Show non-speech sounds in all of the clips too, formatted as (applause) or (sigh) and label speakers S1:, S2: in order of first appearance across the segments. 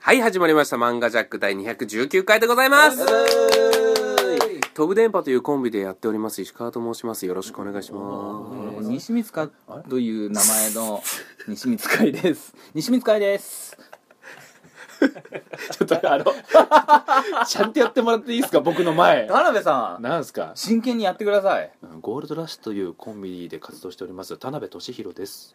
S1: はい、始まりました。漫画ジャック第219回でございます。飛ぶ電波というコンビでやっております、石川と申します。よろしくお願いしま
S2: 西光海という名前の西光海です西光海です
S3: ちょっとあの (laughs) ちゃんとやってもらっていいですか僕の前
S2: 田辺さん
S3: なんすか
S2: 真剣にやってください
S3: ゴールドラッシュというコンビで活動しております田辺俊弘です
S1: す。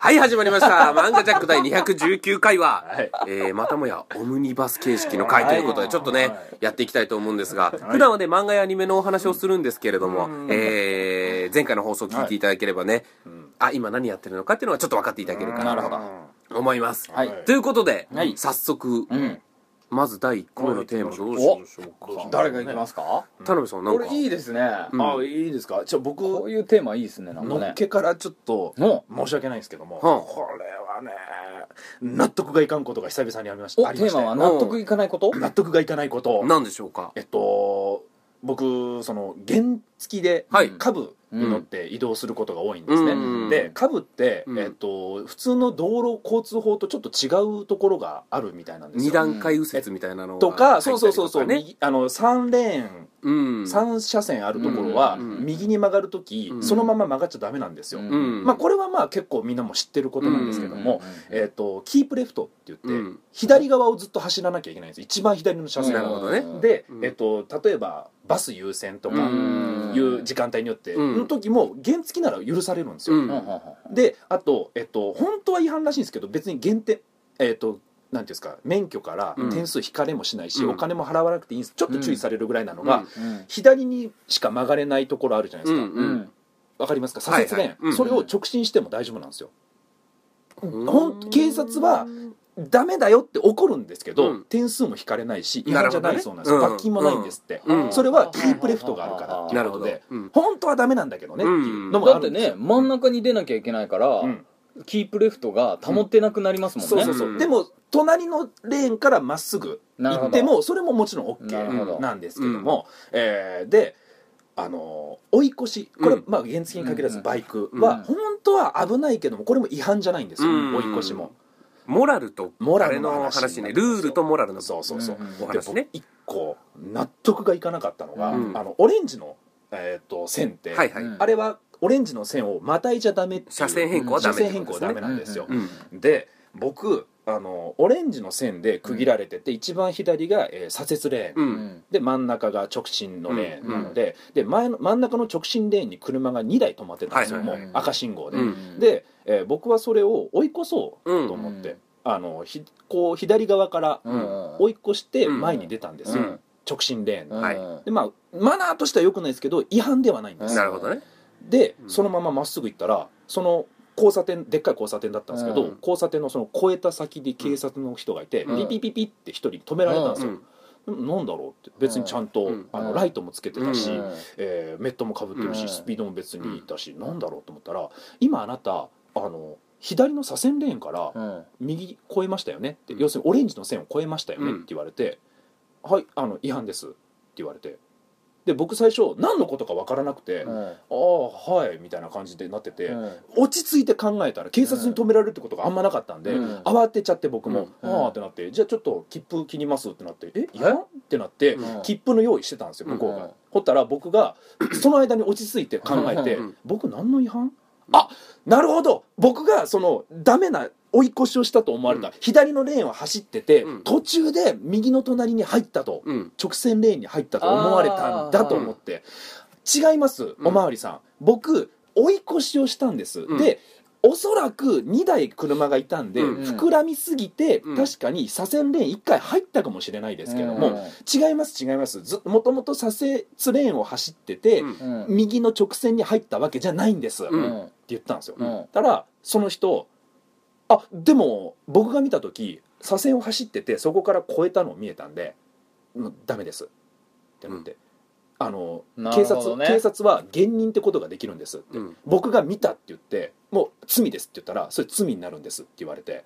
S1: はい、始まりました。漫画ジャック第219回は、
S3: はい
S1: えー、またもやオムニバス形式の回ということで、ちょっとね、やっていきたいと思うんですが、普段はね、漫画やアニメのお話をするんですけれども、えー、前回の放送聞いていただければね、あ、今何やってるのかっていうのはちょっと分かっていただけるか
S2: なる
S1: な
S2: ほど
S1: と思います。
S2: はい
S1: ということで、
S2: はい
S1: 早速、
S2: ん
S1: まず第1個目のテーマどうし
S2: お
S1: ましょうか。
S2: 誰が行きますか
S1: 田辺さんなん
S2: こ
S1: か
S2: れいいですね
S1: うん
S3: あいいですかちょ僕
S2: こういうテーマいいですねなんか
S3: のっ
S2: ね
S3: けからちょっと
S2: の
S3: 申し訳ないんですけども、
S1: はあ
S3: これはね納得がいかんことが久々にありまし
S2: お
S3: たあり
S2: テ
S3: ま
S2: ー
S3: した
S2: マは納得いかないこと
S3: 納得がいかないこと
S1: なんでしょうか
S3: えっと僕その原付きで
S1: はい
S3: 家具に乗って移動することが多いんですね、
S1: うん
S3: で家具って、
S1: うん
S3: えっと、普通の道路交通法とちょっと違うところがあるみたいなんです
S1: 二
S3: よ
S1: 段階右折みたいなのが
S3: とかそうそうそうそう、
S1: 入ったり
S3: 右あの3レーン、
S1: とかねうん
S3: 3車線あるところは、
S1: うん
S3: 右に曲がるとき、
S1: うん
S3: そのまま曲がっちゃダメなんですよ、
S2: う
S1: うん
S3: まあ、これはまあ結構みんなも知ってることなんですけども、
S2: うん
S3: えっと、キープレフトって言って、
S1: うん
S3: 左側をずっと走らなきゃいけないんです一番左の車線
S1: なるほどね
S3: で、
S1: うん
S3: えっと、例えばバス優先とか
S1: うん
S3: いう時間帯によって、
S1: うん
S3: の時も原付きなら許されるんです
S1: う
S3: よ、
S1: ん
S2: うんうんうん
S3: であと、えっと、本当は違反らしいんですけど別に減点えっとなんていうんですか免許から
S1: うん
S3: 点数引かれもしないし、
S1: うん
S3: お金も払わなくていいんですちょっと注意されるぐらいなのが、
S1: うん
S2: うん
S3: 左にしか曲がれないところあるじゃないですか、
S1: うん
S2: うん
S3: わかりますか左折レーン、
S1: はいはいうん
S3: それを直進しても大丈夫なんですよ
S1: うん
S3: ほん警察はダメだよって怒るんですけど、
S1: うん
S3: 点数も引かれないし違
S1: なる
S3: 反じ
S1: ほ
S3: ゃ
S1: どね
S3: ないそうなんですよ、
S1: うん
S3: 罰金もないんですって、
S1: うん
S3: それはキープレフトがあるからってい
S1: な
S3: う
S1: る
S3: こ
S1: ほ
S3: と
S1: ど
S3: で
S1: うん
S3: 本当はダメなんだけどねっていうのも
S2: だ
S3: あ
S2: って
S3: るんです
S2: ね
S3: よ、
S2: 真ん中に出なきゃいけないから
S3: うん
S2: キープレフトが保ってなくなりますもんね
S3: そうそうそう、
S1: うん
S3: でも隣のレーンからまっすぐ
S2: なるほ
S3: 行
S2: ど
S3: ってもそれももちろん
S2: なるほど
S3: OK なんですけども、えーであのー追い越しこれ、
S1: うん
S3: まあ、原付に限らずバイク
S2: うん
S3: は本当は危ないけどもこれも違反じゃないんですよ、
S1: うん
S3: 追い越しも
S1: モラルと
S3: モラ
S1: あれ
S3: ルの話
S1: の話ねルールとモラルの
S3: そうそうそう、
S2: うん
S1: お
S3: で
S1: 話
S3: 僕
S1: ね
S3: 一個納得がいかなかったのが、
S1: うん
S3: あのオレンジの、えー、と線って、
S1: はいはい
S2: うん
S3: あれはオレンジの線をまたいじゃダメっていう
S1: 車線変更はダメ
S3: 車線変更はダメなんですよ、
S2: う
S1: うん
S3: で僕あのオレンジの線で区切られてて、一番左が、えー左折レーン、
S1: うん
S3: で真ん中が直進のレーンなので,、で前の真ん中の直進レーンに車が2台止まってたんですよ、
S1: はいはい
S2: はい
S3: もう赤信号で、
S1: うん
S3: で、えー僕はそれを追い越そうと思って、
S2: うん
S3: あのひこう左側から
S2: うん
S3: 追い越して前に出たんですよ、
S1: うん
S3: 直進レーン
S2: う
S3: の。
S2: ん
S1: はい
S3: でまあ、マナーとしては良くないですけど違反ではないんです
S1: なるほどね
S3: で
S1: うん
S3: そのまままっすぐ行ったらその交差点でっかい交差点だったんですけど、
S2: うん
S3: 交差点のその越えた先で警察の人がいて、
S1: うん
S3: ピピピピって一人止められたんです
S1: う
S3: よ、
S1: ん
S3: なんだろうって別にちゃんと、
S1: うん
S3: あ
S2: う
S3: の
S2: ん
S3: ライトもつけてたし、
S1: うん
S3: えーメットもかぶってるし、
S2: うん
S3: スピードも別にいたし、なんだろうと思ったら今あなたあの左の左遷レーンから
S2: うん
S3: 右越えましたよねって、
S1: うん
S3: 要するにオレンジの線を越えましたよね
S1: う
S3: っ
S1: ん
S3: て言われて「はいあの違反です」って言われてで僕最初何のことか分からなくて「
S2: う
S3: あ
S2: ん
S3: あはい」みたいな感じでなってて、
S2: うん
S3: 落ち着いて考えたら警察に止められるってことがあんまなかったんで、
S2: うん
S3: 慌てちゃって僕も「
S2: うん
S3: ああ」ってなって「じゃあちょっと切符切ります」ってなって「え違反?」ってなって、
S1: うん
S3: 切符の用意してたんですよ向こうが、
S2: うん
S3: ほったら
S1: (clears throat)
S3: 僕がその間に落ち着いて考えて、
S1: うん
S3: 僕何の違反あなるほど僕がそのダメな追い越しをしたと思われた、
S1: うん
S3: 左のレーンを走ってて、
S1: うん
S3: 途中で右の隣に入ったと、
S1: うん
S3: 直線レーンに入ったと思われたんだと思って違います
S1: うん
S3: おまわりさん、僕追い越しをしたんです、
S1: うん
S3: でおそらく2台車がいたんで、
S1: うん
S3: 膨らみすぎて、
S1: うん
S3: 確かに左遷レーン1回入ったかもしれないですけども、
S2: うん
S3: 違います違いますずもともと左折レーンを走ってて、
S1: うん
S2: うん
S3: 右の直線に入ったわけじゃないんです、
S1: う
S3: っ
S1: ん
S3: て言ったんですよ、
S2: うん
S3: たらその人あでも僕が見た時左遷を走っててそこから越えたのを見えたんでもうダメですってなって、あの
S2: なる
S3: 警
S2: ほど
S3: 察
S2: ね
S3: 警察は減任ってことができるんですって、
S1: うん
S3: 僕が見たって言ってもう罪ですって言ったらそれ罪になるんですって言われて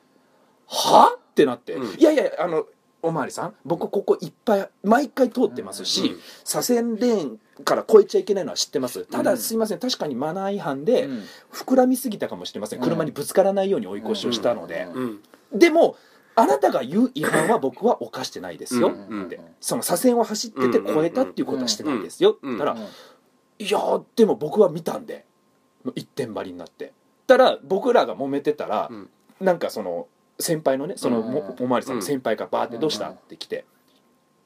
S3: はってなって、
S1: うん
S3: いやいやあのおまわりさん僕ここいっぱい毎回通ってますし、
S1: うん
S3: 左遷レーンから越えちゃいけないのは知ってますた
S2: う
S3: だ
S2: ん
S3: すいません確かにマナー違反で、
S2: うん
S3: 膨らみすぎたかもしれません
S2: うん
S3: 車にぶつからないように追い越しをしたので、
S1: うん
S3: でもあなたが言う違反は僕は犯してないですよ」
S1: うんうん
S3: ってその左線を走ってて越えたっていうことはしてないですよ」って言ったら
S2: うん
S3: 「いやーでも僕は見たんで」もう一点張りになってたら僕らが揉めてたら、
S1: うん
S3: なんかその先輩のねそのも,、
S2: うん
S3: おまわりさんの先輩がバーって「どうした?」って来て。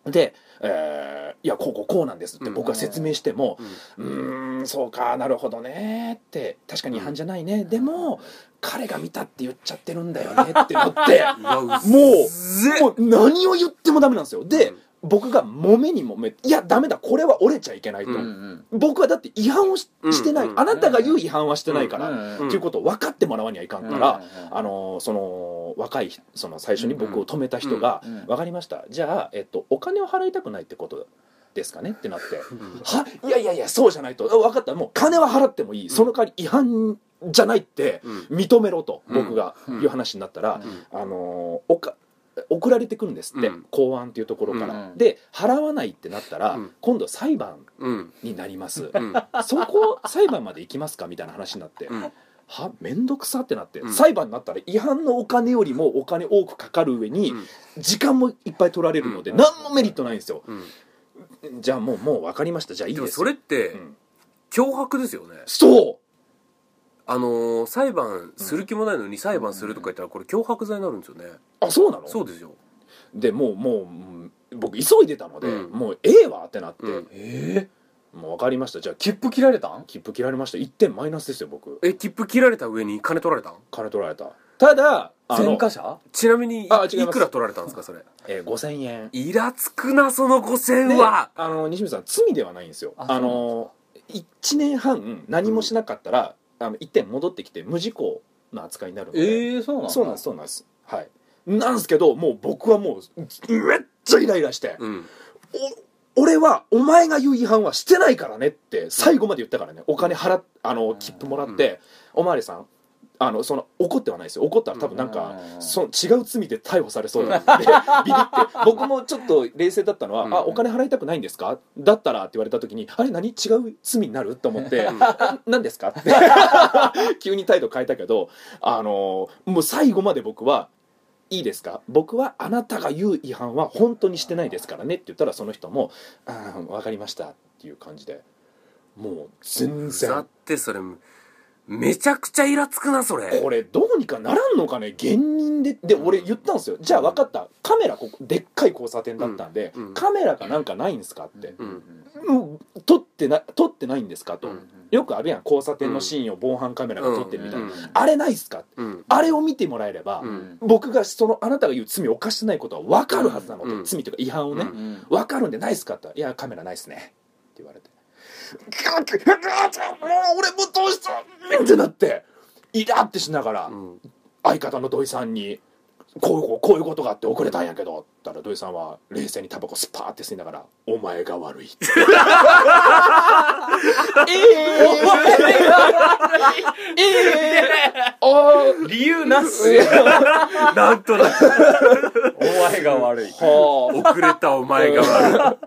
S3: で、えーいやこうこうこうなんですって僕は説明しても「うーんそうかなるほどね」って確かに違反じゃないねでも彼が見たって言っちゃってるんだよねってなって
S1: うわうっ
S3: もう
S1: ぜ
S3: もう何を言ってもダメなんですよで、
S1: うん
S3: 僕が揉めに揉めいやダメだこれは折れちゃいけないと、
S1: う
S2: うんん
S3: 僕はだって違反をし
S1: うん
S3: してない、
S1: うん
S3: あなたが言う違反はしてないから、
S2: うん
S1: うん
S3: っていうことを分かってもらわにはいかんから、
S2: うん
S3: あのーその若いその最初に僕を止めた人が
S2: うん
S3: 「分かりましたじゃあ、えっと、お金を払いたくないってことですかね?」って
S2: (laughs)
S3: なって「はいやいやいやそうじゃないとあ分かったもう金は払ってもいいその代わり違反じゃないって
S1: うん
S3: 認めろ」と
S1: うん
S3: 僕が
S2: うん
S3: いう話になったら
S1: うん
S3: あのおか送られてくるんですって、
S1: うん
S3: 公安っていうところか
S2: う
S3: ら、
S2: ん
S3: で払わないってなったら、
S1: うん
S3: 今度裁判
S1: うん
S3: になります、
S1: うん
S3: そこ裁判まで行きますかみたいな話になって、
S1: うん
S3: は面倒くさってなって、
S1: うん
S3: 裁判になったら違反のお金よりもお金多くかかる上に、
S1: うん
S3: 時間もいっぱい取られるので、
S2: うん
S3: 何もメリットないんですよ
S1: うん
S3: じゃあもうもう分かりましたじゃあいい
S1: で
S3: です
S1: もそれ
S3: よ
S1: って
S3: うん
S1: 脅迫ですよね
S3: そう
S1: あのー裁判する気もないのに裁判するとか言ったらこれ脅迫罪になるんですよね
S3: あそうなの
S1: そうですよ
S3: でもうもううん僕急いでたので、
S1: うん
S3: もうええわってなって、
S1: うん
S2: え
S3: もう分かりましたじゃあ
S2: ー切符切られたん
S3: 切符切られました1点マイナスですよ僕
S1: え切符切られた上に金取られたん
S3: 金取られたただあの
S2: 前科者
S1: ちなみにい
S3: あ違い
S1: い
S3: ます
S1: くら取られたんですかそれ
S3: えー5000円
S1: イラつくなその5000
S3: で
S1: は
S3: あの西村さん罪ではないんですよ
S2: あ
S3: あの1年半何もしなかったら、あの1点戻ってきて無事故の扱いになるので、
S2: ええそうなんだ
S3: そうなんですそうなんですはいなんですけどもう僕はもうめっちゃイライラして、
S1: うん
S3: お俺はお前が言う違反はしてないからねって最後まで言ったからねお金払っあの切符もらって、おまわりさんあのその怒ってはないですよ怒ったら多分なんか、
S2: うん
S3: その違う罪で逮捕されそうだったんでビビって僕もちょっと冷静だったのは「
S1: うん
S3: あお金払いたくないんですか?」だったらって言われた時に「あれ何違う罪になる?」と思って
S1: うん
S3: 「何ですか?」って
S1: (laughs)
S3: 急に態度変えたけどあのもう最後まで僕は「いいですか僕はあなたが言う違反は本当にしてないですからねって言ったらその人も「ああ分かりました」っていう感じでもう全
S1: ふざ
S3: 然
S1: ってそれめちゃくちゃイラつくなそれ
S3: これどうにかならんのかね芸人でで俺言ったんですよじゃあ分かったカメラここでっかい交差点だったんで、
S1: うんうん
S3: カメラかなんかないんすかって、
S1: うん
S3: うん撮ってな撮ってないんですかと、
S1: うん
S3: よくあるやん交差点のシーンを防犯カメラが撮ってるみたいな、
S1: うん
S3: あれないっすか
S1: うん
S3: あれを見てもらえれば、
S1: うん
S3: 僕がそのあなたが言う罪を犯してないことは分かるはずなのと、
S1: うん
S3: 罪というか違反をね、
S1: うん
S2: うん
S3: 分かるんでないっすかって言ったら「いやカメラないっすね」って言われて「くっくっくっもう俺もどうしたらってなってイラってしながら
S1: うん
S3: 相方の土井さんに「こういうこうこういうことがあって遅れたんやけど」って言ったら土井さんは冷静にタバコスパーって吸いながら「お前が悪い」
S2: (laughs) えー
S3: あ
S2: 理由なし
S1: なんとなく
S2: お前が悪い
S3: あは
S1: 遅れたお前が悪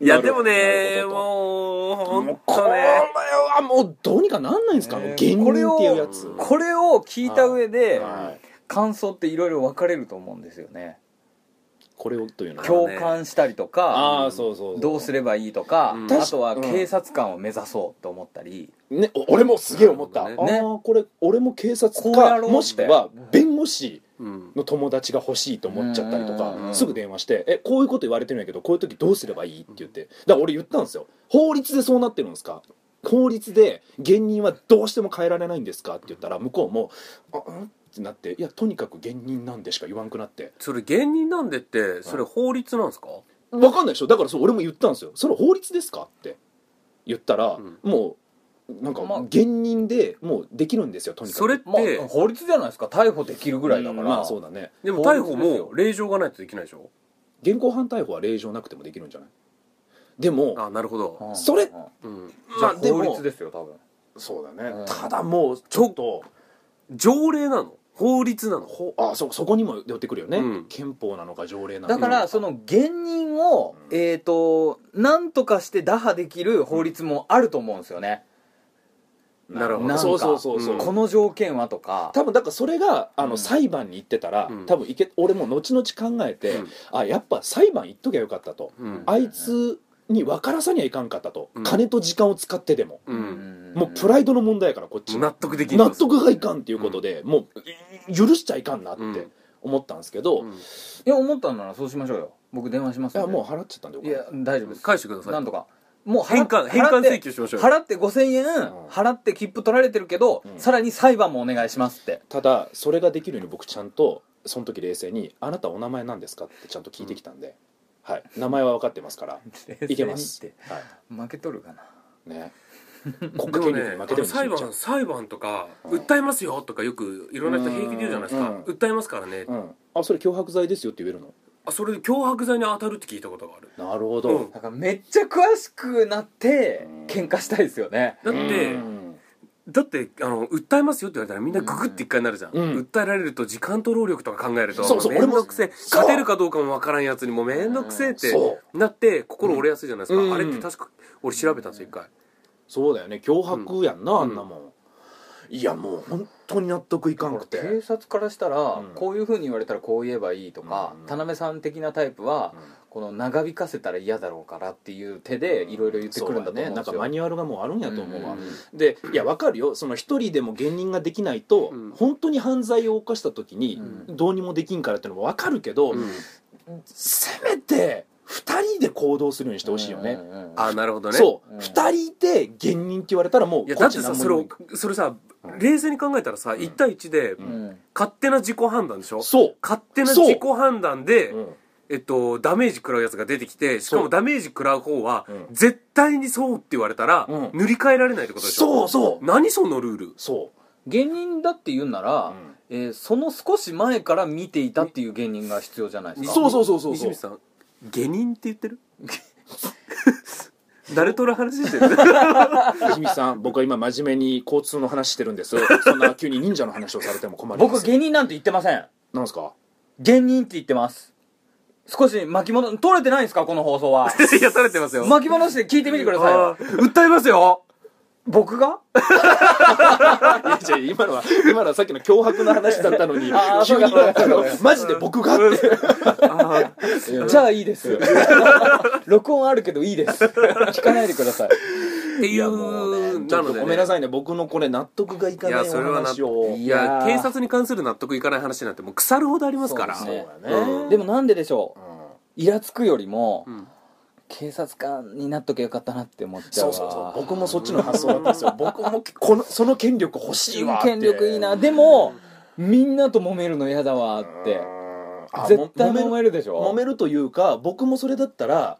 S1: いいやでも
S3: な
S1: ね
S3: るほど
S1: もう
S3: あ
S1: 本
S3: こ
S1: 当
S3: れ
S1: ね
S3: はもうどうにかなんないんですか、
S2: えー
S3: 芸人っていうやつ
S1: こ
S2: (laughs) これを聞いた上で
S3: はい
S2: 感想っていろいろ分かれると思うんですよね
S3: これをというのは
S1: 今日
S2: 共感したりとか
S3: ああそうそうそう
S2: どうすればいいとか
S1: うん
S2: あとは
S3: うん
S2: 警察官を目指そうと思ったり
S3: ね、お俺もすげえ思った、
S1: なる
S3: あ
S2: ほどね
S3: あこれ俺も警察
S2: こうやろうっ
S3: か
S2: て
S3: もしくは弁護士
S1: うん
S3: の友達が欲しいと思っちゃったりと
S2: うんうんう
S3: か
S2: ん
S3: すぐ電話して「えこういうこと言われてるんやけどこういう時どうすればいい?」って言ってだから俺言ったんですよ「法律でそうなってるんですか?」法律で芸人はどうしても変えられないんですかって言ったら向こうも「あうん?」ってなって「いやとにかく芸人なんで」しか言わんくなって
S1: それ芸人なんでってそれ法律なんですか
S3: 分かんないでしょだからそう俺も言ったんですよ「それ法律ですか?」って言ったら、
S1: うん
S3: もうなんか
S2: まあ
S3: 芸人でもうできるんですよとにかく
S1: それっ
S2: まあ
S1: て
S2: 法律じゃないですか逮捕できるぐらいだから
S3: うんまあそうだね
S1: でも逮
S2: 法律
S1: 捕
S2: ですよ
S1: も令状がないとできないでしょ
S3: 現行犯逮捕は令状なくてもできるんじゃないでも
S1: あなるほど
S2: うん
S3: それ
S2: うん
S1: うん
S2: じ
S3: ま
S2: ゃ
S3: あ
S2: あ
S3: で
S2: 法
S3: も
S2: 律ですよ多分
S3: そうだね、
S2: うん
S3: ただもうちょっと
S1: 条例なの法律なの
S3: ほあそそこにも寄ってくるよね、
S1: うん
S3: 憲法なのか条例なの
S2: だか
S1: うん
S2: らその芸人を
S3: うん
S2: えっとなんとかして打破できる法律もあると思うんですよね
S1: なるほど
S2: なんか
S3: そうそうそうそう、
S1: うん
S2: この条件はとか
S3: 多分だからそれがあの、
S2: うん
S3: 裁判に行ってたら、
S1: うん
S3: 多分いけ俺も後々考えて、
S1: うん
S3: あやっぱ裁判行っときゃよかったと、
S1: うん
S3: あいつに分からさにはいかんかったと、
S1: うん
S3: 金と時間を使ってでも、
S1: うん
S3: もうプライドの問題やからこっち
S1: 納得でき
S3: 納得がいかんっていうことで、もう許しちゃいかんなっ
S1: う
S3: て
S1: ん
S3: 思ったんですけど、い
S1: うん
S2: いや思ったんならそうしましょうよ僕電話しますん
S3: や
S2: で
S3: もう払っちゃったんだよ
S2: いや大丈夫です
S1: 返してください
S2: なんとかもう払っ
S1: 返還返
S2: 払っ
S1: 還
S2: て
S1: 請求しましょうよ
S2: 払って5000円
S3: ん
S2: 払って切符取られてるけど、
S3: うん
S2: さらに裁判もお願いしますって
S3: ただそれができるように僕ちゃんとその時冷静に「あなたお名前なんですか?」ってちゃんと聞いてきたんで、はい、名前は分かってますからいけます
S2: 冷静にって負けとるかな
S3: ね
S1: で
S3: 国家
S1: も
S3: 権
S1: ね
S3: 力に負けて
S1: あの
S3: る
S1: 裁
S3: ちゃん
S1: 判裁判とか
S3: うん
S1: 訴えますよとかよくいろんな人平気で言うじゃないですか
S3: うん
S1: 訴えますからね
S3: うん、あそれ脅迫罪ですよって言えるの
S1: あそれで脅迫罪に当たるって聞いたことがある
S3: なるほ
S1: う
S3: ど
S1: ん
S2: なんかめっちゃ詳しくなって
S3: うん
S2: 喧嘩したいですよね
S1: だって
S3: うん
S1: だってあの訴えますよって言われたらみんなググって一回なるじゃん、
S3: うん
S1: 訴えられると時間と労力とか考えると
S3: そうそう
S1: もめんどくせえ
S3: 俺もそう
S1: 勝てるかどうかもわからんやつにもうめんどくせえって
S3: そ
S1: なって心折れやすいじゃないですか、
S3: うん
S1: あれって確か俺調べたんですよ一回
S3: そうだよね脅迫やんな、あんなもん、いやもう本当に納得いかんくて、
S2: 警察からしたら、
S3: うん
S2: こういうふうに言われたらこう言えばいいとか、
S3: うん
S2: 田辺さん的なタイプは、この長引かせたら嫌だろうからっていう手でいろいろ言ってくるんだと思うんですよ、
S3: そうねなんかマニュアルがもうあるんやと思うわ、
S2: うんうん
S3: でいやわかるよその一人でも減任ができないと、
S1: うん
S3: 本当に犯罪を犯した時に
S2: うん
S3: どうにもできんからってのもわかるけど、
S1: うん
S3: せめて2人で行動するようにしてほしいよね、
S2: うんうんうん
S1: あなるほどね
S3: そう、
S2: うん
S3: 2人で減任って言われたら
S1: い
S3: も
S1: うや
S3: こ
S1: だ
S3: っ
S1: っ
S3: ち
S1: てさ
S3: 何も
S1: それ
S3: 言わな
S1: を
S3: い
S1: それさ
S3: うん
S1: 冷静に考えたらさ、1対1で
S2: うん
S1: 勝手な自己判断でしょ、
S3: そう
S1: 勝手な自己判断で、
S3: うん
S1: えっと、ダメージ食らうやつが出てきてしか
S3: そ
S1: も
S3: う
S1: ダメージ食らう方は、
S3: うん
S1: 絶対にそうって言われたら、
S3: うん
S1: 塗り替えられないってことでしょ
S3: そうそう
S1: 何そのルール
S3: そ
S2: 芸人だって言うな
S3: う、
S2: ら、えーその少し前から見ていたっていう芸人が必要じゃないですか
S3: そうそうそうそう
S1: 西
S3: そう
S1: 光さん下人って言ってる (laughs) 誰との (laughs) 話してる
S3: ひみさん僕は今真面目に交通の話してるんですそんな急に忍者の話をされても困ります
S2: 僕芸人なんて言ってません
S3: なんですか
S2: 芸人って言ってます少し巻き戻取れてないんですかこの放送
S1: (laughs)
S2: は
S1: いや垂れてますよ
S2: 巻き戻して聞いてみてください
S1: あ
S2: よ
S1: ー訴えますよ
S2: 僕が
S3: いやじゃあ今のは今のはさっきの脅迫の話だったのに
S2: あー
S3: 急に
S2: そうか
S3: あのマジで僕がって
S1: あー
S2: じゃあいいです録音あるけどいいです聞かないでください
S1: っていうなので、ね、
S3: ごめんないさいね僕のこれ納得がいかない
S1: いや
S3: お
S1: それはな
S3: 話を
S1: い
S2: いや
S1: や
S2: ー
S1: 警察に関する納得いかない話なんてもう腐るほどありますから
S2: そうですね
S3: そうだ
S1: うん
S2: でもなんででしょう
S3: うん
S2: イラつくよりも、
S1: うん
S2: 警察官になっときゃよかったなって思っちゃう
S3: そう
S2: わ
S3: そうそう僕もそっちの発想だったんですよ僕もこのその権力欲しいわって
S2: 権力いいなでもみんなと揉めるの嫌だわって
S3: あ
S2: 絶対揉
S3: る
S2: めるでしょ
S3: 揉めるというか僕もそれだったら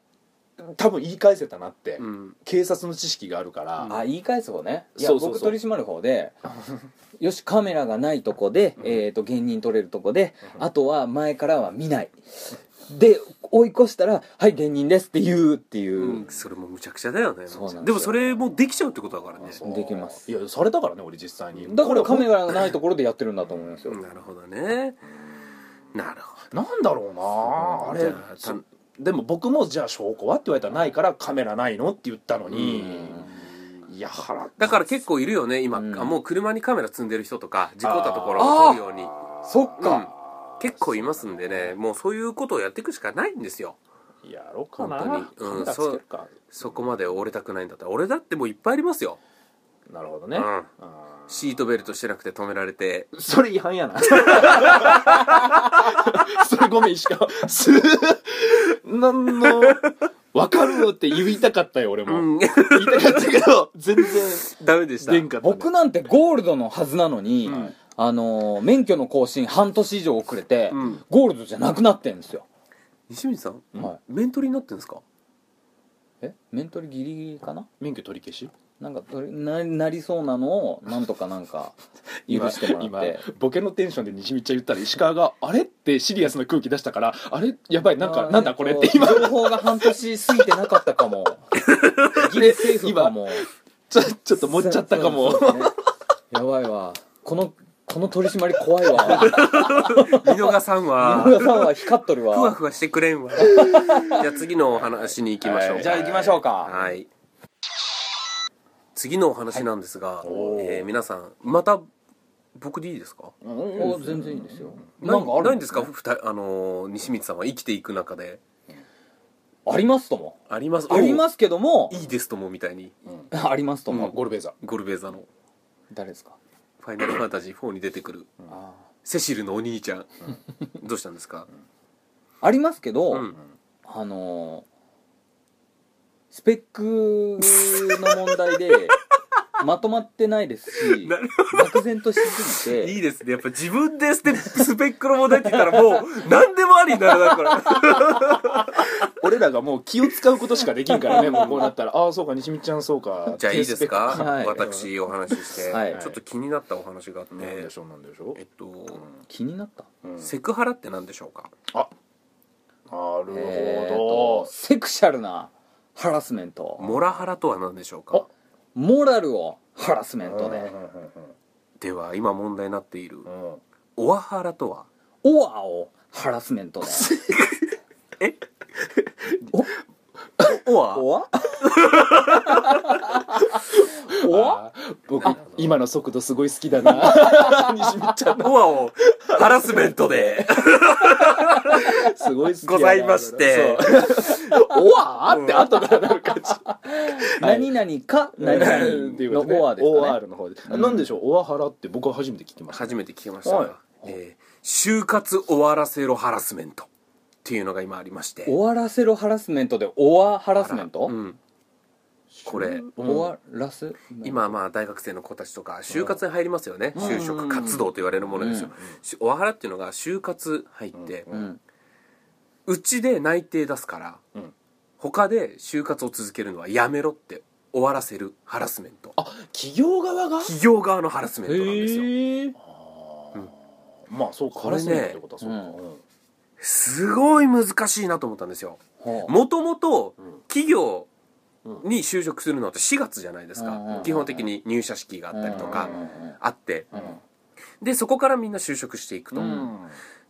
S3: 多分言い返せたなって、
S1: うん
S3: 警察の知識があるから、
S1: うん
S2: あ言い返す方ねいや
S3: そうそうそう
S2: 僕取り締まる方で (laughs) よしカメラがないとこで、えー、と芸人撮れるとこで、あとは前からは見ないで追い越したら「はい芸人です」って言うっていう、
S1: うんそれもむちゃくちゃだよね
S2: そうなんですよ
S1: でもそれもできちゃうってことだからね
S3: そう
S2: できます
S3: いやされたからね俺実際に
S2: だから
S3: こ
S2: カ
S3: れ
S2: メラがないところでやってるんだと思いますよ、
S1: なるほどねなるほ
S3: なんだろうなあ
S1: じ
S3: れ
S1: ゃあ
S3: そでも僕もじゃあ証拠はって言われたらないからカメラないのって言ったのにいや腹立つ
S1: だから結構いるよね今、
S2: うん
S1: あもう車にカメラ積んでる人とか事故ったところ
S2: あー
S1: を撮るように
S2: そっ
S1: うん
S2: か、
S1: 結構いますんでねもうそういうことをやっていくしかないんですよ
S3: やろうかな
S1: 本当にうん
S3: カメラつけるか
S1: そこまで折れたくないんだったら俺だってもういっぱいありますよ
S3: なるほどね、
S1: うん
S3: あー
S1: シートベルトしてなくて止められて
S3: それ違反やな (laughs) それごめん石川すなんのわかるって言いたかったよ俺も、
S1: うん (laughs)
S3: 言いたかったけど全然
S1: ダメでした
S3: 出んかったね、
S2: 僕なんてゴールドのはずなのに、
S3: ん
S2: あのー免許の更新半年以上遅れて、
S1: うん
S2: ゴールドじゃなくなってんですよ、
S1: 西水さん
S3: うん
S2: はい
S1: 面取りになってんですか
S2: え面取りギリギリかな
S3: 免許取り消し
S2: なんかどれななりそうなのをなんとかなんか許してもらって
S3: (laughs) 今ボケのテンションで西道ちゃん言ったら石川が「あれ?」ってシリアスな空気出したから「あれやばいなんかなんだこれ」って今
S2: 情報が半年過ぎてなかった
S3: (laughs)
S2: かもギリセーフかも
S3: ちょちょっと持っちゃったかも
S2: そうそうそうやばいわこのこの取り締まり怖いわ
S1: 見逃さん
S2: 野
S1: は
S2: 村さんは光っとるわ
S1: ふわふわしてくれん (laughs) わじゃあ次のお話に行きましょう
S3: はい
S2: じゃあ行きましょうか
S1: はい次のお話なんですが、
S3: おー
S1: えー皆さんまた僕でいいですか
S2: お全然いいですよ
S1: な
S2: なんんかある
S1: ないんですか二人あのー西光さんは生きていく中で
S2: ありますとも
S1: あります
S2: ありますけども
S1: おーいいですともみたいに
S2: ありますと
S3: まあ
S2: も
S3: ゴルベーザ
S1: ゴルベーザの
S2: 誰ですか
S1: 「ファイナルファンタジー4」に出てくる
S2: あ
S1: セシルのお兄ちゃんどうしたんですか
S2: ーありますけど、
S1: うん
S2: あのースペックの問題
S1: (laughs)
S2: でまとまってないですし
S1: なる
S2: 漠然としすぎ
S1: い
S2: て
S1: いですねやっぱ自分でステスペックの問題って言ったらもう何でもありになるだから
S3: 俺らがもう気を使うことしかできんからねもうこうなったらああそうか西見ちゃんそうか
S1: じゃあいいですか、
S2: はい
S1: 私お話しして、
S2: はい
S1: ちょっと気になったお話があって、
S3: 低スペックなんでしょうなんでしょ
S1: えっと、
S2: 気になった
S3: う、うん
S1: セクハラって何でしょうか
S3: あなる
S2: えー
S3: ほ
S2: とセクシャルなハラスメント
S1: モラハラとは何でしょうか
S2: モラルをハラスメン
S3: ど
S2: トで
S1: では今問題になっている
S3: うんうん
S1: オワハラとは
S2: オアをハラスメントで
S1: (laughs) オワ
S2: オアオア
S3: あー僕今の速度すごい好きだな西見ちゃん
S1: オ
S3: の
S1: ワをハラスメントで
S3: すごい好きやな
S1: ございまして
S3: そうおわーって後からなる感じ
S2: (laughs) 何々か何々のオアですかね
S3: OR の方で、なんでしょうオアハラって僕は初めて聞きました
S1: 初めて聞きました
S3: はい
S1: が、えー就活終わらせろハラスメントっていうのが今ありまして
S2: 終わらせろハラスメントでオアハラスメント
S1: うんこれ
S2: 終わらす
S1: 今まあ大学生の子たちとか就活に入りますよね就職活動と言われるものですよ
S2: うん
S1: しオワハラっていうのが就活入って
S2: うん
S1: うちで内定出すから
S3: うん
S1: 他で就活を続けるのはやめろって終わらせるハラスメント
S3: あ企業側が
S1: 企業側のハラスメントなんですよ
S2: へえ
S3: まあそうか
S1: これ
S3: ハ
S1: ね
S3: ラスメントってことはそうか、
S2: う
S1: すごい難しいなと思ったんですよ
S2: ほ
S1: もともと
S3: うん
S1: 企業に就職するのって4月じゃないです
S2: うんうんう
S1: か
S2: ん
S1: 基本的に入社式があ
S2: う
S1: ったりとか
S2: うんうんうん
S1: あって
S2: うん
S1: でそこからみんな就職していくと
S2: うん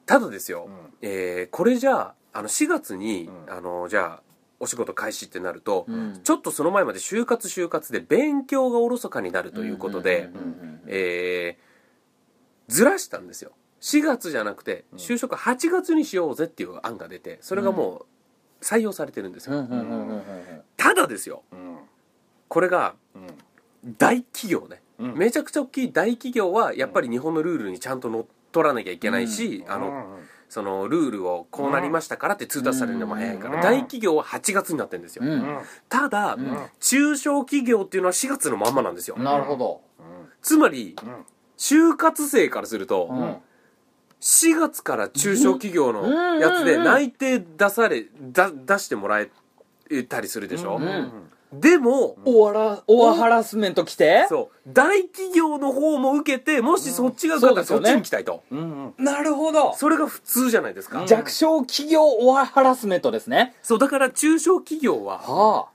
S1: ただですよ
S3: うん
S1: えーこれじゃああの4月に
S3: うん
S1: あのじゃあお仕事開始ってなると
S2: うん
S1: ちょっとその前まで就活就活で勉強がおろそかになるということ
S2: んん
S1: で
S2: うんうん
S1: えーずらしたんですよ4月じゃなくて
S3: うん
S1: 就職8月にしようぜっていう案が出てそれがもう採用されてるんです
S2: うん
S1: よ
S2: うんうんうんうん
S1: ただですよ
S3: うん
S1: これが
S3: うん
S1: 大企業ね
S3: うん
S1: めちゃくちゃ大きい大企業はやっぱり日本のルールにちゃんと乗っ取らなきゃいけないし、あのそのルールをこうなりましたからって通達されるのも早いから、
S3: うん
S1: 大企業は8月になってるんですよ、
S2: う
S3: うんんうん
S1: ただ、中小企業っていうのは4月のまんまなんですよ、
S2: なるほど、
S1: つまり
S3: うん
S1: 就活生からすると、
S2: うん
S1: 4月から中小企業のやつで
S2: うん
S1: 内定出されだ出してもらえたりするでしょ、
S2: ん
S1: でも、
S2: 終わらオアハラスメント来て
S1: そう大企業の方も受けてもしそっちが受かったらそ
S2: そう
S1: っ
S2: です
S1: ち
S2: よね
S1: に来たいと、
S3: うんうん
S2: なるほど
S1: それが普通じゃないですか、
S2: 弱小企業オアハラスメントですね
S1: そうだから中小企業は
S2: は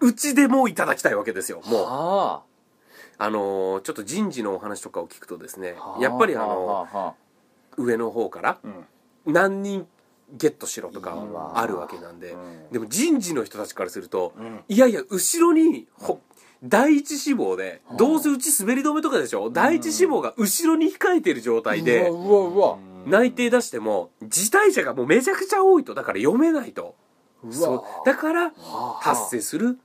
S1: うちでもういただきたいわけですよ
S2: あ
S1: もう
S2: は
S1: あのーちょっと人事のお話とかを聞くとですね
S2: あ
S1: やっぱりあ
S2: は
S1: の
S2: あはあ
S1: ー上の方から
S3: うん
S1: 何人ゲットしろとか
S2: いいわ
S1: あるわけなんで
S3: うん
S1: でも人事の人たちからすると
S3: うん
S1: いやいや後ろにほ第一志望でどうせうち滑り止めとかでしょ第一志望が後ろに控えてる状態で
S2: うわうわうわ
S1: 内定出しても辞退者がもうめちゃくちゃ多いとだから読めないとそうだから
S2: はあ
S1: 発生する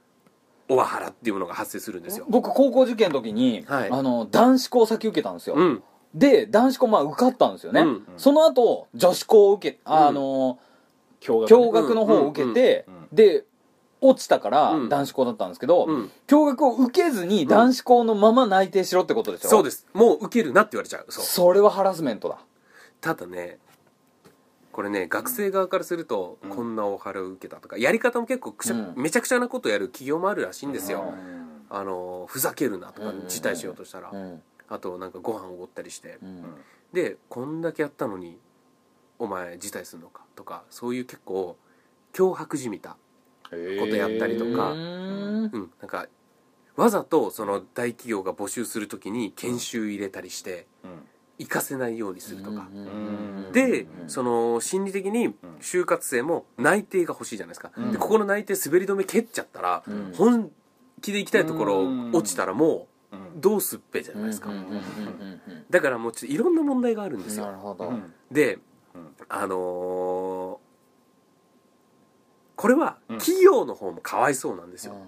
S1: オワハラっていうのが発生するんですよ
S2: 僕高校受験の時に、
S1: はい
S2: あの男子校先受けたんですよ、
S1: うん
S2: で男子校まあ受かったんですよね、
S1: うん
S2: その後女子校を受けあの、
S3: 驚
S2: 共学の方を受けて、
S3: うんうんうん
S2: で落ちたから
S1: うん
S2: 男子校だったんですけど、
S1: うん
S2: 共学を受けずに男子校のまま内定しろってことでしょ、
S1: そうですもう受けるなって言われちゃうそう
S2: それはハラスメントだ
S1: ただねこれね学生側からすると、こんなオハラを受けたとかやり方も結構くしゃ、
S2: うん
S1: めちゃくちゃなことやる企業もあるらしいんですよ、
S3: うん
S1: あのふざけるなとか
S2: うん
S1: 辞退しようとしたら、
S2: うん
S1: あとなんかご飯をおごったりして、
S2: うん
S1: でこんだけやったのにお前辞退するのかとかそういう結構脅迫じみた、ことやったりとか
S2: うーん
S1: うん、なんかわざとその大企業が募集する時に研修入れたりして
S3: うん
S1: 行かせないようにするとか、
S2: うん
S1: で
S2: うん
S1: その心理的に就活生も内定が欲しいじゃないですか、
S2: うん
S1: でここの内定滑り止め蹴っちゃったら、
S2: うん
S1: 本気で行きたいところ
S3: うん
S1: 落ちたらも
S3: う
S1: うんどうすっぺじゃないですか、
S2: うんうんうんうん
S1: だからもうちょっといろんな問題があるんで
S2: うん
S1: す
S2: な
S1: よ
S2: るほ
S3: う
S2: ど、
S3: ん
S1: で
S3: うん
S1: あのーこれは
S3: うん
S1: 企業の方もかわいそうなんですよ、
S2: うんうん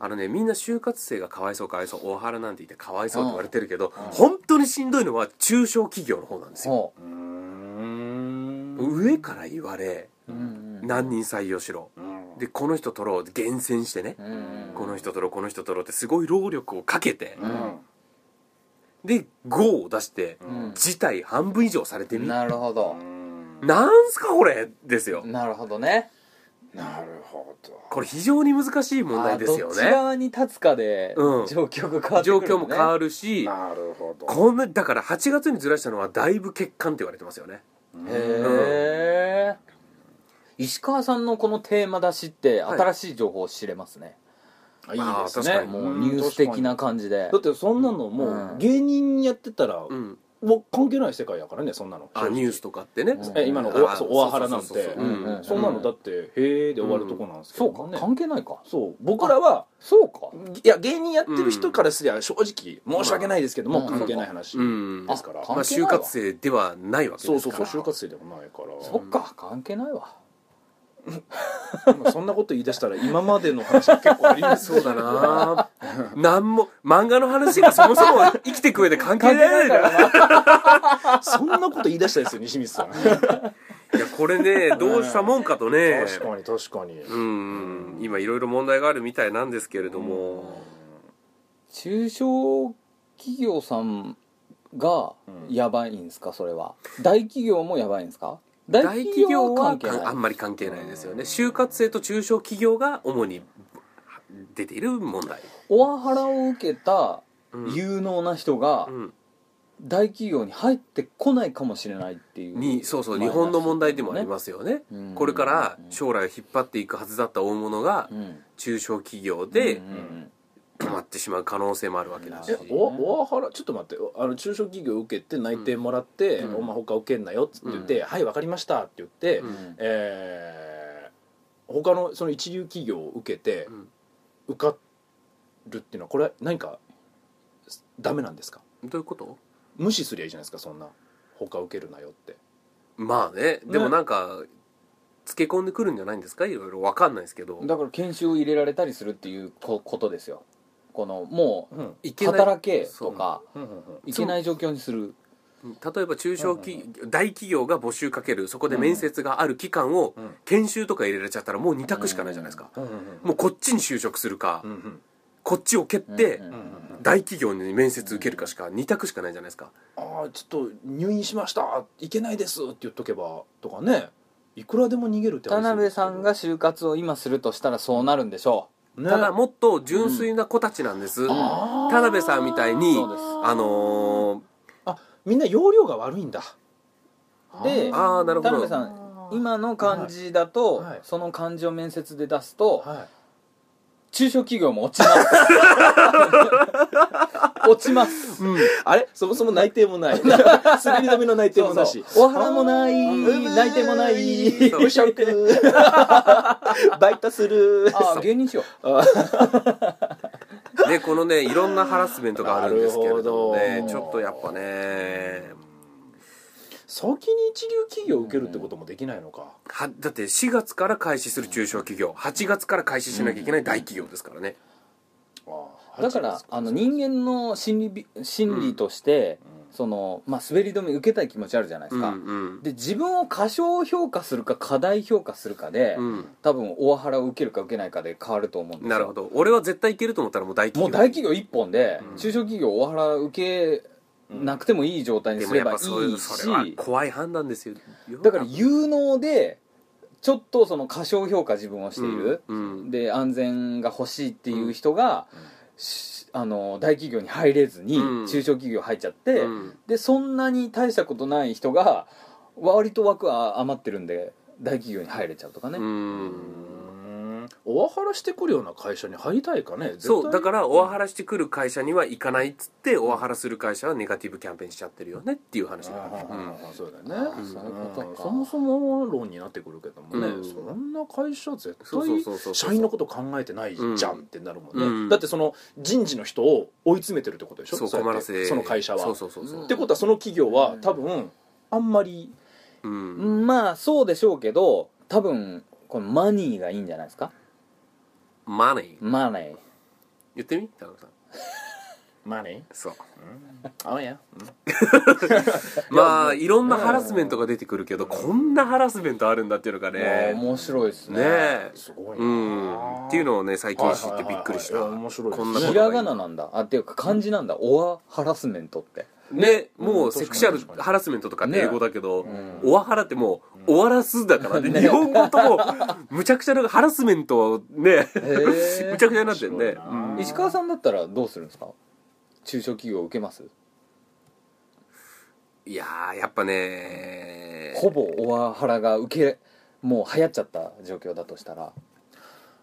S1: あのねみんな就活生がかわいそうかわいそう大原なんて言ってかわいそうって言われてるけど、
S2: うん
S1: 本当にしんどいのは中小企業の方なんですよ、
S2: そう
S3: ーん
S1: 上から言われ
S2: う
S3: うん
S2: んうん
S1: 何人採用しろ
S3: うん
S1: でこの人取ろう厳選してね、
S2: うんうん
S1: この人取ろうこの人取ろうってすごい労力をかけて、
S2: うん
S1: で5を出して
S2: うん
S1: 辞退半分以上されてみ
S2: なるほど
S3: うん
S1: なんすかこれですよ
S2: なるほどね
S3: なるほど
S1: これ非常に難しい問題ですよ
S2: あーどっち
S1: ね
S2: 側に立つかで
S1: うん
S2: 状況が変わって
S1: 状
S2: くる、ね
S1: 況も変わるし
S3: なるほど
S1: こんなだから8月にずらしたのはだいぶ欠陥って言われてますよね
S3: うん
S2: へえ、石川さんのこのテーマ出しって
S1: はい
S2: 新しい情報を知れますね、
S3: いいです
S1: あー確か
S3: ね
S1: に
S2: もうニュース的な感じで
S3: だってそんなのも
S2: うん
S3: う芸人やってたら
S1: うん
S3: もう関係ない世界やからねそんなの
S1: あニュースとかってね
S2: うん
S3: え今の
S1: あ
S3: お
S1: ー
S3: そうオアハラなんて
S1: そうそうそうそう
S2: うん
S1: うん
S3: そんなのだって「へえ」で終わるとこなんですけ
S2: そ
S3: ど
S2: うか、
S3: ね
S2: 関係ないか
S3: そう僕らは
S2: そうか
S3: いや芸人やってる人からすりゃ正直申し訳ないですけども
S2: うん
S3: 関係ない話
S1: うん
S3: ですから
S2: あ
S1: まあ
S2: 関係な
S1: 就
S2: いわ
S1: 活生ではないわけ
S3: そ
S1: で
S3: う
S1: す
S3: そう
S1: か
S3: そう
S1: ら
S3: 就活生でもないから
S2: そっか関係ないわ
S3: まあそんなこと言い出したら今までの話は結構あります (laughs)
S1: そうだな何も漫画の話がそもそもは生きていく上で関係ないから
S3: そんなこと言い出したですよ西光さ (laughs) ん
S1: いやこれねどうしたもんかとね
S3: 確かに確かに
S1: うん今いろいろ問題があるみたいなんですけれども
S2: 中小企業さんがやばいんですかそれは大企業もやばいんですか大
S1: 大
S2: 企
S1: 企
S2: 業
S1: 業
S2: は
S1: は
S2: 関係ない
S1: あんまり関係ないですよね就活生と中小企業が主に出ている問題
S2: オアハラを受けた
S1: うん
S2: 有能な人が
S1: うん
S2: 大企業に入ってこないかもしれないっていう
S1: にそうそう日本の問題でもありますよね
S2: うん
S1: これから将来を引っ張っていくはずだった大物が
S2: うん
S1: 中小企業で
S2: うんうん
S1: 止まってしまう可能性もあるわけだし
S3: えおオアハラちょっと待ってあの中小企業受けて内定もらって「
S1: うん
S3: お前他受けんなよ」っつって言って「はいわかりました」って言って、
S1: う
S2: うんん
S3: えー他のその一流企業を受けて
S1: うん
S3: 受かるっていうのはこれは何かすダメなんですか
S1: どういうこと
S3: 無視すりゃいいじゃないですかそんな他受けるなよって
S1: まあねでもなんかつけ込んでくるんじゃないんですかいろいろわかんないですけど
S2: だから研修を入れられたりするっていうこことですよこのもう
S3: うん
S1: いけない
S2: 働けとか
S3: うんうんうん
S2: いけない状況にする
S1: 例えば中小企大企業が募集かけるそこで面接がある期間を
S3: うん
S1: 研修とか入れられちゃったらもう2択しかないじゃないですか、
S3: うんうん
S1: もうこっちに就職するか、
S3: うんうん
S1: こっちを蹴って
S2: うん
S3: うんうんうん
S1: 大企業に面接受けるかしか2択しかないじゃないですか
S3: ああちょっと入院しましたいけないですって言っとけばとかねいくらでも逃げるって
S2: 田辺さんが就活を今するとしたらそうなるんでしょ
S1: ただ
S3: も
S1: もっと純粋な子たちなんです、
S3: あー
S1: 田辺さんみたいに
S2: そうです
S1: あの
S3: あみんな容量が悪いんだ
S2: うで
S1: ー、ああなる
S2: 田
S1: ほ
S2: 辺
S1: ど
S2: さん今の感じだと、
S3: はいはい
S2: その感じを面接で出すと、
S3: は
S2: 中小企業も落ちます
S1: (laughs)
S2: 落ちます
S3: い、あれそもそも内定
S2: (laughs)
S3: もない滑り止めの内定もなし
S2: そうそうお腹もない内定もない (laughs)
S3: 無職バイトする
S2: ああ芸人しよ
S1: ねこのねいろんなハラスメントがあるんですけれども
S3: なる
S1: ね
S3: ほど
S1: ちょっとやっぱね
S3: 先に一流企業を受けるってこともできないのか、
S1: はだって4月から開始する中小企業8月から開始しなきゃいけない大企業ですからね、
S3: あ
S2: う
S3: ー
S2: (laughs) だからあの人間の心理び心理として、そのまあ滑り止め受けたい気持ちあるじゃないです
S1: うん
S2: か、
S1: うん
S2: で自分を過小評価するか過大評価するかで、
S1: うん
S2: 多分大原を受けるか受けないかで変わると思うんですよ
S1: なるほど俺は絶対いけると思ったらもう大
S2: もう
S1: 企業
S2: 大企業一本で、
S1: うん
S2: 中小企業大原受けなくてもいい状態に
S1: ですも
S2: れ
S1: やっ
S2: ばい
S1: ぱそういう
S2: い
S1: それは
S2: し
S1: 怖い判断ですよ
S2: だから有能でちょっとその過小評価自分をしている、
S1: うんうん
S2: で安全が欲しいっていう人が、しあの大企業に入れずに
S1: うん
S2: 中小企業入っちゃって、
S1: うん
S2: でそんなに大したことない人が割と枠は余ってるんで大企業に入れちゃうとかね、
S1: う
S3: うんんオワハラしてくるような会社に入りたいかね絶対
S1: そうだからオワハラしてくる会社には行かないっつってオワハラする会社はネガティブキャンペーンしちゃってるよねっていう話だねうん
S3: ああそうだよね、
S2: うんそういうことか
S3: そもそも論になってくるけどもね、
S1: うん
S3: そんな会社絶
S1: そうそうそうそうそう
S3: 対社員のこと考えてないじゃんってなるもんね、
S1: うん
S3: だってその人事の人を追い詰めてるってことでしょ
S1: そう
S3: そうや
S1: 困
S3: って
S1: らせ
S3: その会社は
S1: そうそうそうそううん
S3: ってことはその企業は
S2: うん
S3: 多分あんまり
S1: うん
S2: まあそうでしょうけど多分このマニーがいいんじゃないですか
S1: マネー
S2: マネー
S1: 言ってみ田中さん
S3: マネー
S1: そう
S3: あいや
S1: まあいろんなハラスメントが出てくるけどこんなハラスメントあるんだっていうのがね
S2: 面白いです
S1: ね
S2: ね
S1: え
S3: すごいな
S1: うんっていうのをね最近知ってびっくりした
S3: はいはいはいいや面白いです
S1: こんな
S2: ひ
S1: こと
S2: ら
S1: が
S2: がななんだあっていうか漢字なんだオアハラスメントって
S1: ね
S3: うん
S1: もうセクシャル
S3: 確かに
S1: ハラスメントとかって英語だけど
S2: ん
S1: オワハラってもう終わらすだ
S3: (laughs)
S1: からね
S2: ね
S1: 日本語ともむちゃくちゃなハラスメントをね
S2: へえ
S1: むちゃくちゃになってるね
S3: 面白いな
S1: うん
S2: 石川さんだったらどうするんですか中小企業受けます
S1: いやーやっぱね
S2: ほぼオアハラが受けもう流行っちゃった状況だとしたら
S1: う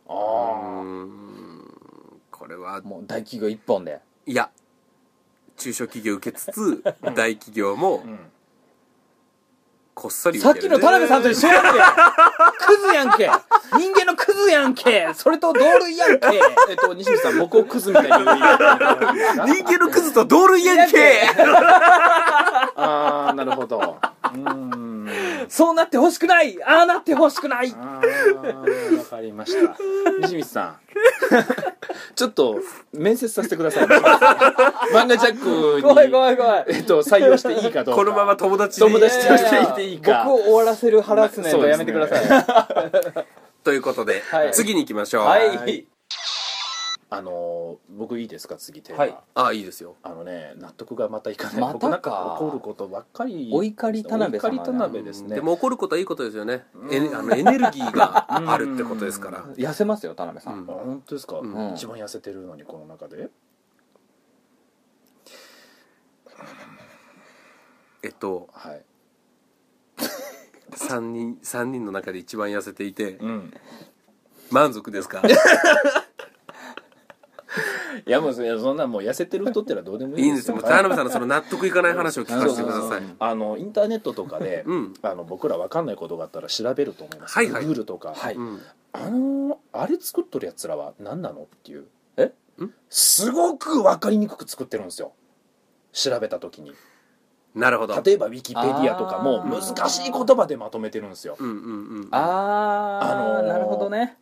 S3: あ
S1: ーんこれは
S2: もう大企業一本で
S1: いや中小企業受けつつ大企業も
S3: あ、うん
S1: こっそり
S2: さ
S1: 受
S2: っ
S1: け
S2: き
S1: る
S2: の田辺さんと一緒やんけクズやんけ人間のクズやんけそれと同類やんけ
S3: えっと西口さん僕をクズみたいに言う言い方ですか
S1: 人間のクズと同類やんけ
S3: ああなるほどうーん
S2: そうなってほしくないああなってほしくない
S3: あーわかりました西光さん (laughs) ちょっと面接させてください漫画ジャックに
S2: 怖い怖い怖い
S3: えっと採用していいかどう
S1: (laughs)
S3: か
S1: このまま友達で
S3: 友達として
S2: や
S3: い
S2: や
S3: ていいか
S2: 僕を終わらせるハラスメントやめてください、
S1: ということで、
S2: はい
S1: 次に行きましょう、
S2: はい、
S3: はいあのー僕いいですか次テーマ、
S2: はい
S1: ああいいですよ
S3: あのね納得がまたいかない
S2: またか
S3: 僕なん怒ることばっかり
S2: お怒り田辺様
S3: お怒り田辺ですね
S1: でも怒ることはいいことですよねえあのエネルギーがあるってことですから
S2: 痩せますよ田辺さん、
S1: うん
S3: あ本当ですか、
S1: うん
S3: 一番痩せてるのにこの中で
S1: えっと
S3: はい、
S1: 3人三人の中で一番痩せていて
S3: うん、
S1: 満足ですか
S3: いやもうそいやそんなもう痩せてる太ってのはどうでもい
S1: い
S3: い
S1: いんですよもう
S3: は
S1: 田辺さんのその納得いかない話を聞かせてください
S3: あのインターネットとかで、
S1: うん
S3: あの僕ら分かんないことがあったら調べると思います、
S1: はいはい
S3: グールとか、
S2: はい
S1: うん
S3: あのーあれ作っとるやつらは何なのっていう
S2: え
S1: ん
S3: すごく分かりにくく作ってるんですよ調べた時に
S1: なるほど
S3: 例えばウィキペディアとかも
S2: あー
S3: 難しい言葉でまとめてるんですよ
S1: うんうんうん
S2: あー、
S3: あのー
S2: なるほどね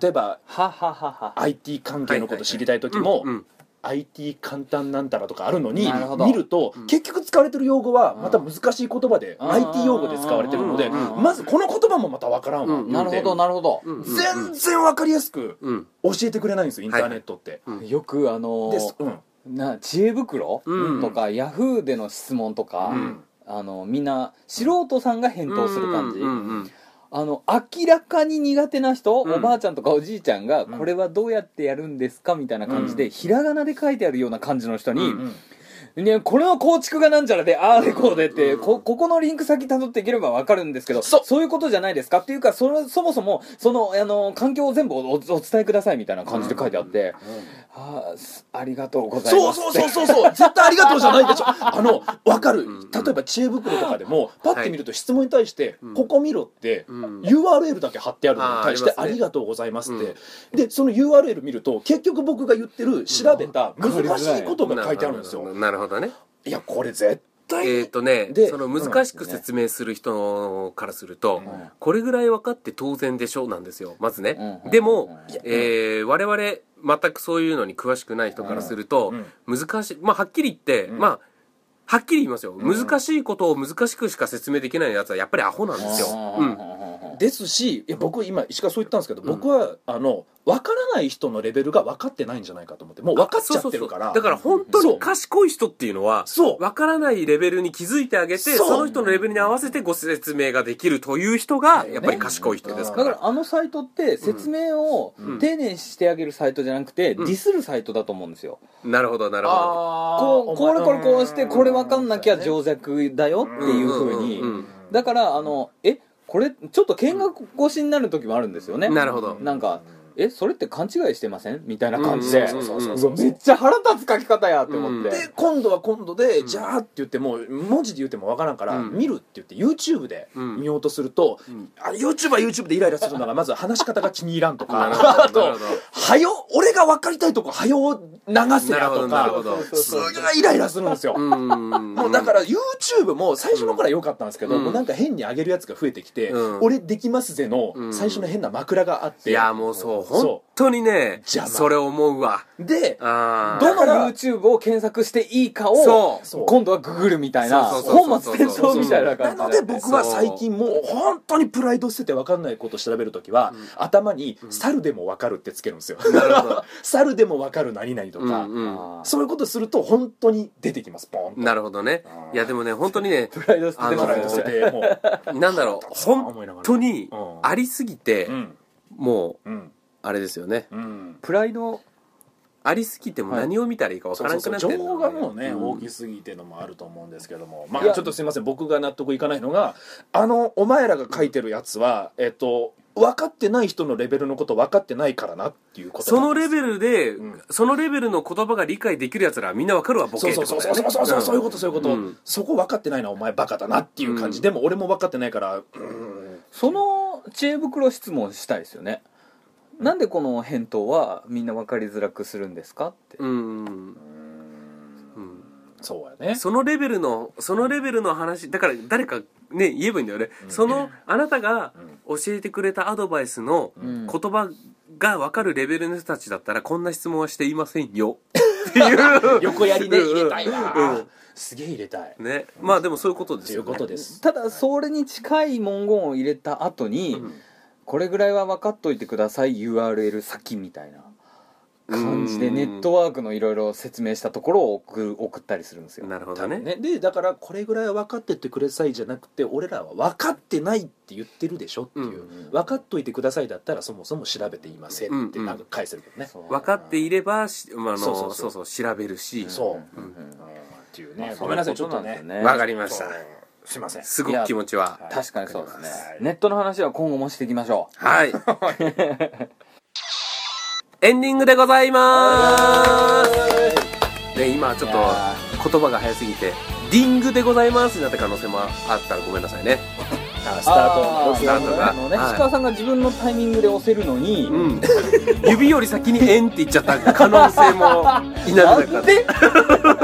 S3: 例えば
S2: はははは
S3: IT 関係のこと知りたい時も、
S1: うんうん
S3: IT 簡単なんたらとかあるのに
S2: なるほど
S3: 見ると
S1: うん
S3: 結局使われてる用語は
S2: うん
S3: また難しい言葉で
S2: うん
S3: IT 用語で使われてるので
S1: うん
S3: まずこの言葉もまた分からんわ
S1: うん
S2: なるほどなるほど、
S1: うんうん
S3: 全然分かりやすく
S1: うん
S3: 教えてくれないんですよインターネットって。
S1: うん
S2: よくあのー
S3: でそうん
S2: な知恵袋、
S1: うん
S2: とかヤフーでの質問とか、
S1: うん
S2: あのみんな素人さんが返答する感じ、
S1: うんうんうん
S2: あの明らかに苦手な人、
S1: うん
S2: おばあちゃんとかおじいちゃんが、
S3: うん
S2: これはどうやってやるんですかみたいな感じで、
S3: う
S2: ひらがなで書いてあるような感じの人に、
S1: うん
S2: ね、これの構築がなんちゃらでああでこうでって、
S1: うん
S2: こここのリンク先辿っていければわかるんですけど
S3: そう
S2: いうことじゃないですかっていうかそれそもそもそのあの環境を全部おお伝えくださいみたいな感じで書いてあって、ああすありがとうござい
S3: そ
S2: ま
S3: う
S2: す
S3: そうそうそうそう絶対ありがとうじゃないでしょあの分かる例えば知恵袋とかでもパッて見ると質問に対して
S1: うん
S3: 「ここ見ろ」って
S1: うん
S3: URL だけ貼ってあるのに対して
S1: あー
S3: 「
S1: あ
S3: あ
S1: りますね
S3: りがとうございます」ってでその URL 見ると結局僕が言ってる調べた
S2: うん
S3: 難しいことが書いてあるんですよ
S1: なるほどね
S3: いやこれ絶対
S1: えっとね
S3: で
S1: その難しく説明する人からすると
S3: うん
S1: これぐらい分かって当然でしょうなんですよまずね
S2: うん
S1: でも
S2: いや
S1: えー我々全くそういうのに詳しくない人からすると難しいまあはっきり言って
S3: うん
S1: まあはっきり言いますよ
S3: うん
S1: 難しいことを難しくしか説明できないやつはやっぱりアホなんですようん
S3: ですしいや僕今石川そう言ったんですけど僕はあの分からない人のレベルが分かってないんじゃないかと思ってもう分かっちゃってるから
S1: そうそうそうだから本当
S3: そ
S1: に
S3: う
S1: 賢い人っていうのは
S3: そう
S1: わからないレベルに気づいてあげて
S3: そう
S1: その人のレベルに合わせてご説明ができるという人がやっぱり賢い人です
S2: だ
S1: か
S2: かららあのサイトって説明を
S1: うん
S2: 丁寧にしてあげるサイトじゃなくて、
S1: うん
S2: ディスるサイトだと思うんですよ、
S1: なるほどなるほど
S3: あ
S2: こうこれこれこうしてこれ分かんなきゃ情
S3: 上
S2: 弱だよっていうふうに、
S1: うんうんうんうん
S2: だからあのえこれちょっと見学越しになる時もあるんですよね
S1: なるほど
S2: なんかえそれって勘違いしてませんみたいな感じで、
S3: うんうんうんうん
S2: うわめっちゃ腹立つ書き方やって思って、
S1: うん
S3: で今度は今度で、じゃあって言っても文字で言ってもわからんから、
S1: うん
S3: 見るって言って YouTube で
S1: うん
S3: 見ようとすると、
S1: ん
S3: あ YouTube は YouTube でイライラするのがまず話し方が気に入らんと
S1: (laughs) なる
S3: か
S1: ほど
S3: あと「はよ俺が分かりたいとこはよ流せや」と
S1: なるほ
S3: か
S1: ど
S3: すごいイライラするんですよ。
S1: うん
S3: もうだから YouTube も最初の頃は良かったんですけど、
S1: うん
S3: もうなんか変に上げるやつが増えてきて「
S1: うん
S3: 俺できますぜ」の
S1: うん
S3: 最初の変な枕があっ
S1: い
S3: て、
S1: やもうそう本
S3: そ
S1: 当にね
S3: 邪魔
S1: それ思うわ
S3: うで
S1: あー
S2: どの YouTube を検索していいかを
S1: そう
S3: そう
S2: 今度はググるみたいな
S1: そうそうそうそう
S2: 本末転倒みたいな
S3: な
S2: 感じ
S3: ので僕は最近もう本当にプライド捨てて分かんないこと調べるときは、頭に「猿でも分かる」ってつけるんですよ「猿でも分かる何々」と
S1: う
S3: か、
S1: んうん
S2: あー
S3: そういうことすると本当に出てきますポンと
S1: なるほどねいやでもね本当にね
S2: プライド捨てて
S1: あ
S2: ま
S3: プ
S1: の
S3: ラ
S2: す
S3: イド
S2: よ
S3: 捨
S2: ね
S3: ててもう
S1: なんだろ
S3: (laughs)
S1: う本当に
S3: うん
S1: ありすぎて
S3: うん
S1: もう
S3: うん
S1: あれですよね
S3: うん
S2: プライド
S1: ありすぎても何を見たらいいかわか
S3: そう
S1: ら
S3: そうん
S1: く
S3: そ
S1: な
S3: う
S1: ってん
S3: 情
S1: だよ
S3: 報がもうね、
S1: ん
S3: 大きすぎてのもあると思うんですけどもま
S2: い
S3: あ
S2: や
S3: ちょっとすいません僕が納得いかないのがあのお前らが書いてるやつはえっと分かってない人のレベルのこと分かってないからなっていうこと
S1: その
S3: ベル
S1: レベルで、
S3: うん
S1: そのレベルの言葉が理解できるやつらはみんなわかるわボケ
S3: そ
S1: って
S3: うそ
S1: こ
S3: うそ
S1: と
S3: う
S1: だよね
S3: そうそうそうそうそういうことそういうこと、
S1: うん
S3: そこ分かってないなお前バカだなっていう感じ、
S1: うん
S3: でも俺も分かってないからうん
S2: その知恵袋質問したいですよねなんでこの返答はみんな分かりづらくするんですかって
S1: うんうん
S3: そうやね
S1: そのレベルのそのレベルの話だから誰かね言えばいいんだよね、そのあなたが教えてくれたアドバイスの
S2: ん
S1: 言葉が分かるレベルの人たちだったらこんな質問はしていません
S3: (laughs)
S1: よっていう
S3: 横やりね入れたい
S1: うんう
S3: わ
S1: ん
S3: すげえ入れたい
S1: ねまあでもそういうことで
S3: と
S1: す
S3: い
S1: よ、
S3: う
S1: ね、
S3: ことです
S2: ただそれに近い文言を入れた後に、これぐらいは分かっといてください URL 先みたいな感じで
S1: うん
S2: ネットワークのいろいろ説明したところを送送ったりするんですよ
S1: なるほ
S3: 多
S1: どね
S3: 分ねでだからこれぐらいは分かってってくださいじゃなくて俺らは分かってないって言ってるでしょっていう、
S2: うん
S3: 分かっといてくださいだったらそもそも調べていませんって
S1: うん
S3: なんか返せるけどね、
S2: そう
S1: 分かっていればしあの
S3: そ
S1: そうう
S3: そ
S1: そうう
S3: そ
S1: そうう調べるし
S3: そう、
S2: う
S3: うん
S2: ん
S3: っていうね、
S2: まあ
S3: ごめんなさいちょっと
S2: そういうことなんです
S3: ね
S2: よ
S1: わ、
S2: ね
S1: かりました
S3: そうすいません
S1: すごく気持ちは
S3: はい
S2: 確かにそうですね
S3: はい
S2: ネットの話は今後もしていきましょう
S3: (laughs)
S1: はい。エンディングでございま
S3: はい
S1: す。ね、今ちょっ
S2: いや
S1: と言葉が早すぎて、ディングでございますになった可能性もあったらごめんなさいね。
S3: あスタート
S2: あ
S3: の
S2: ー
S3: スタート
S1: が
S2: あのね
S1: はい
S2: 石川さんが自分のタイミングで押せるのに、
S3: (laughs)
S1: うん。指より先に「円」って言っちゃった可能性も否めな
S2: な
S1: かっ
S2: んでど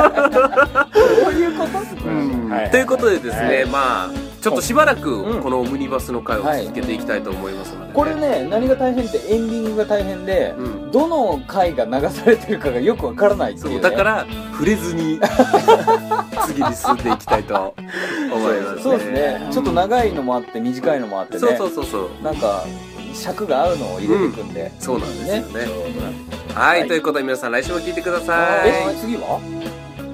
S1: た。
S2: ういうこと
S1: うん
S3: はい
S1: ということでですね、
S3: はい
S1: まあちょっとしばら
S2: うん
S1: くこのオムニバスの会を続けていきたいと思いますので、
S2: これね何が大変ってエンディングが大変で、
S1: うん
S2: どの回が流されてるかがよくわからないっていう、
S1: そ
S2: ね、
S1: うだから触れ
S2: (laughs)
S1: ずに次に進んでいきたいと思いますね。
S2: そうですね、ちょっと長いのもあって短いのもあってね
S1: そうそうそうそう。
S2: なんか尺が合うのを入れていくんで、
S1: そうなんですよね。
S3: ね
S1: はい、
S3: はい
S1: ということで皆さん来週も聞いてくださ
S2: え
S1: い。
S2: 次は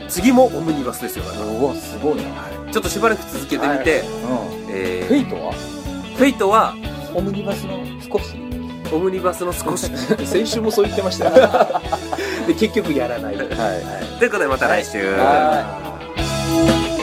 S1: 次もオムニバスですよ。だか
S2: うわすごいな、
S1: らちょっとしばらく続けてみて、
S2: うん
S1: え
S2: フェ
S1: ー
S2: イトは
S1: フェイトは
S2: オムニバスの少し
S1: オムニバスの少し。
S3: 先週もそう言ってましたよで結局やらない
S2: はい
S1: ということでまた来週。
S2: はい
S3: い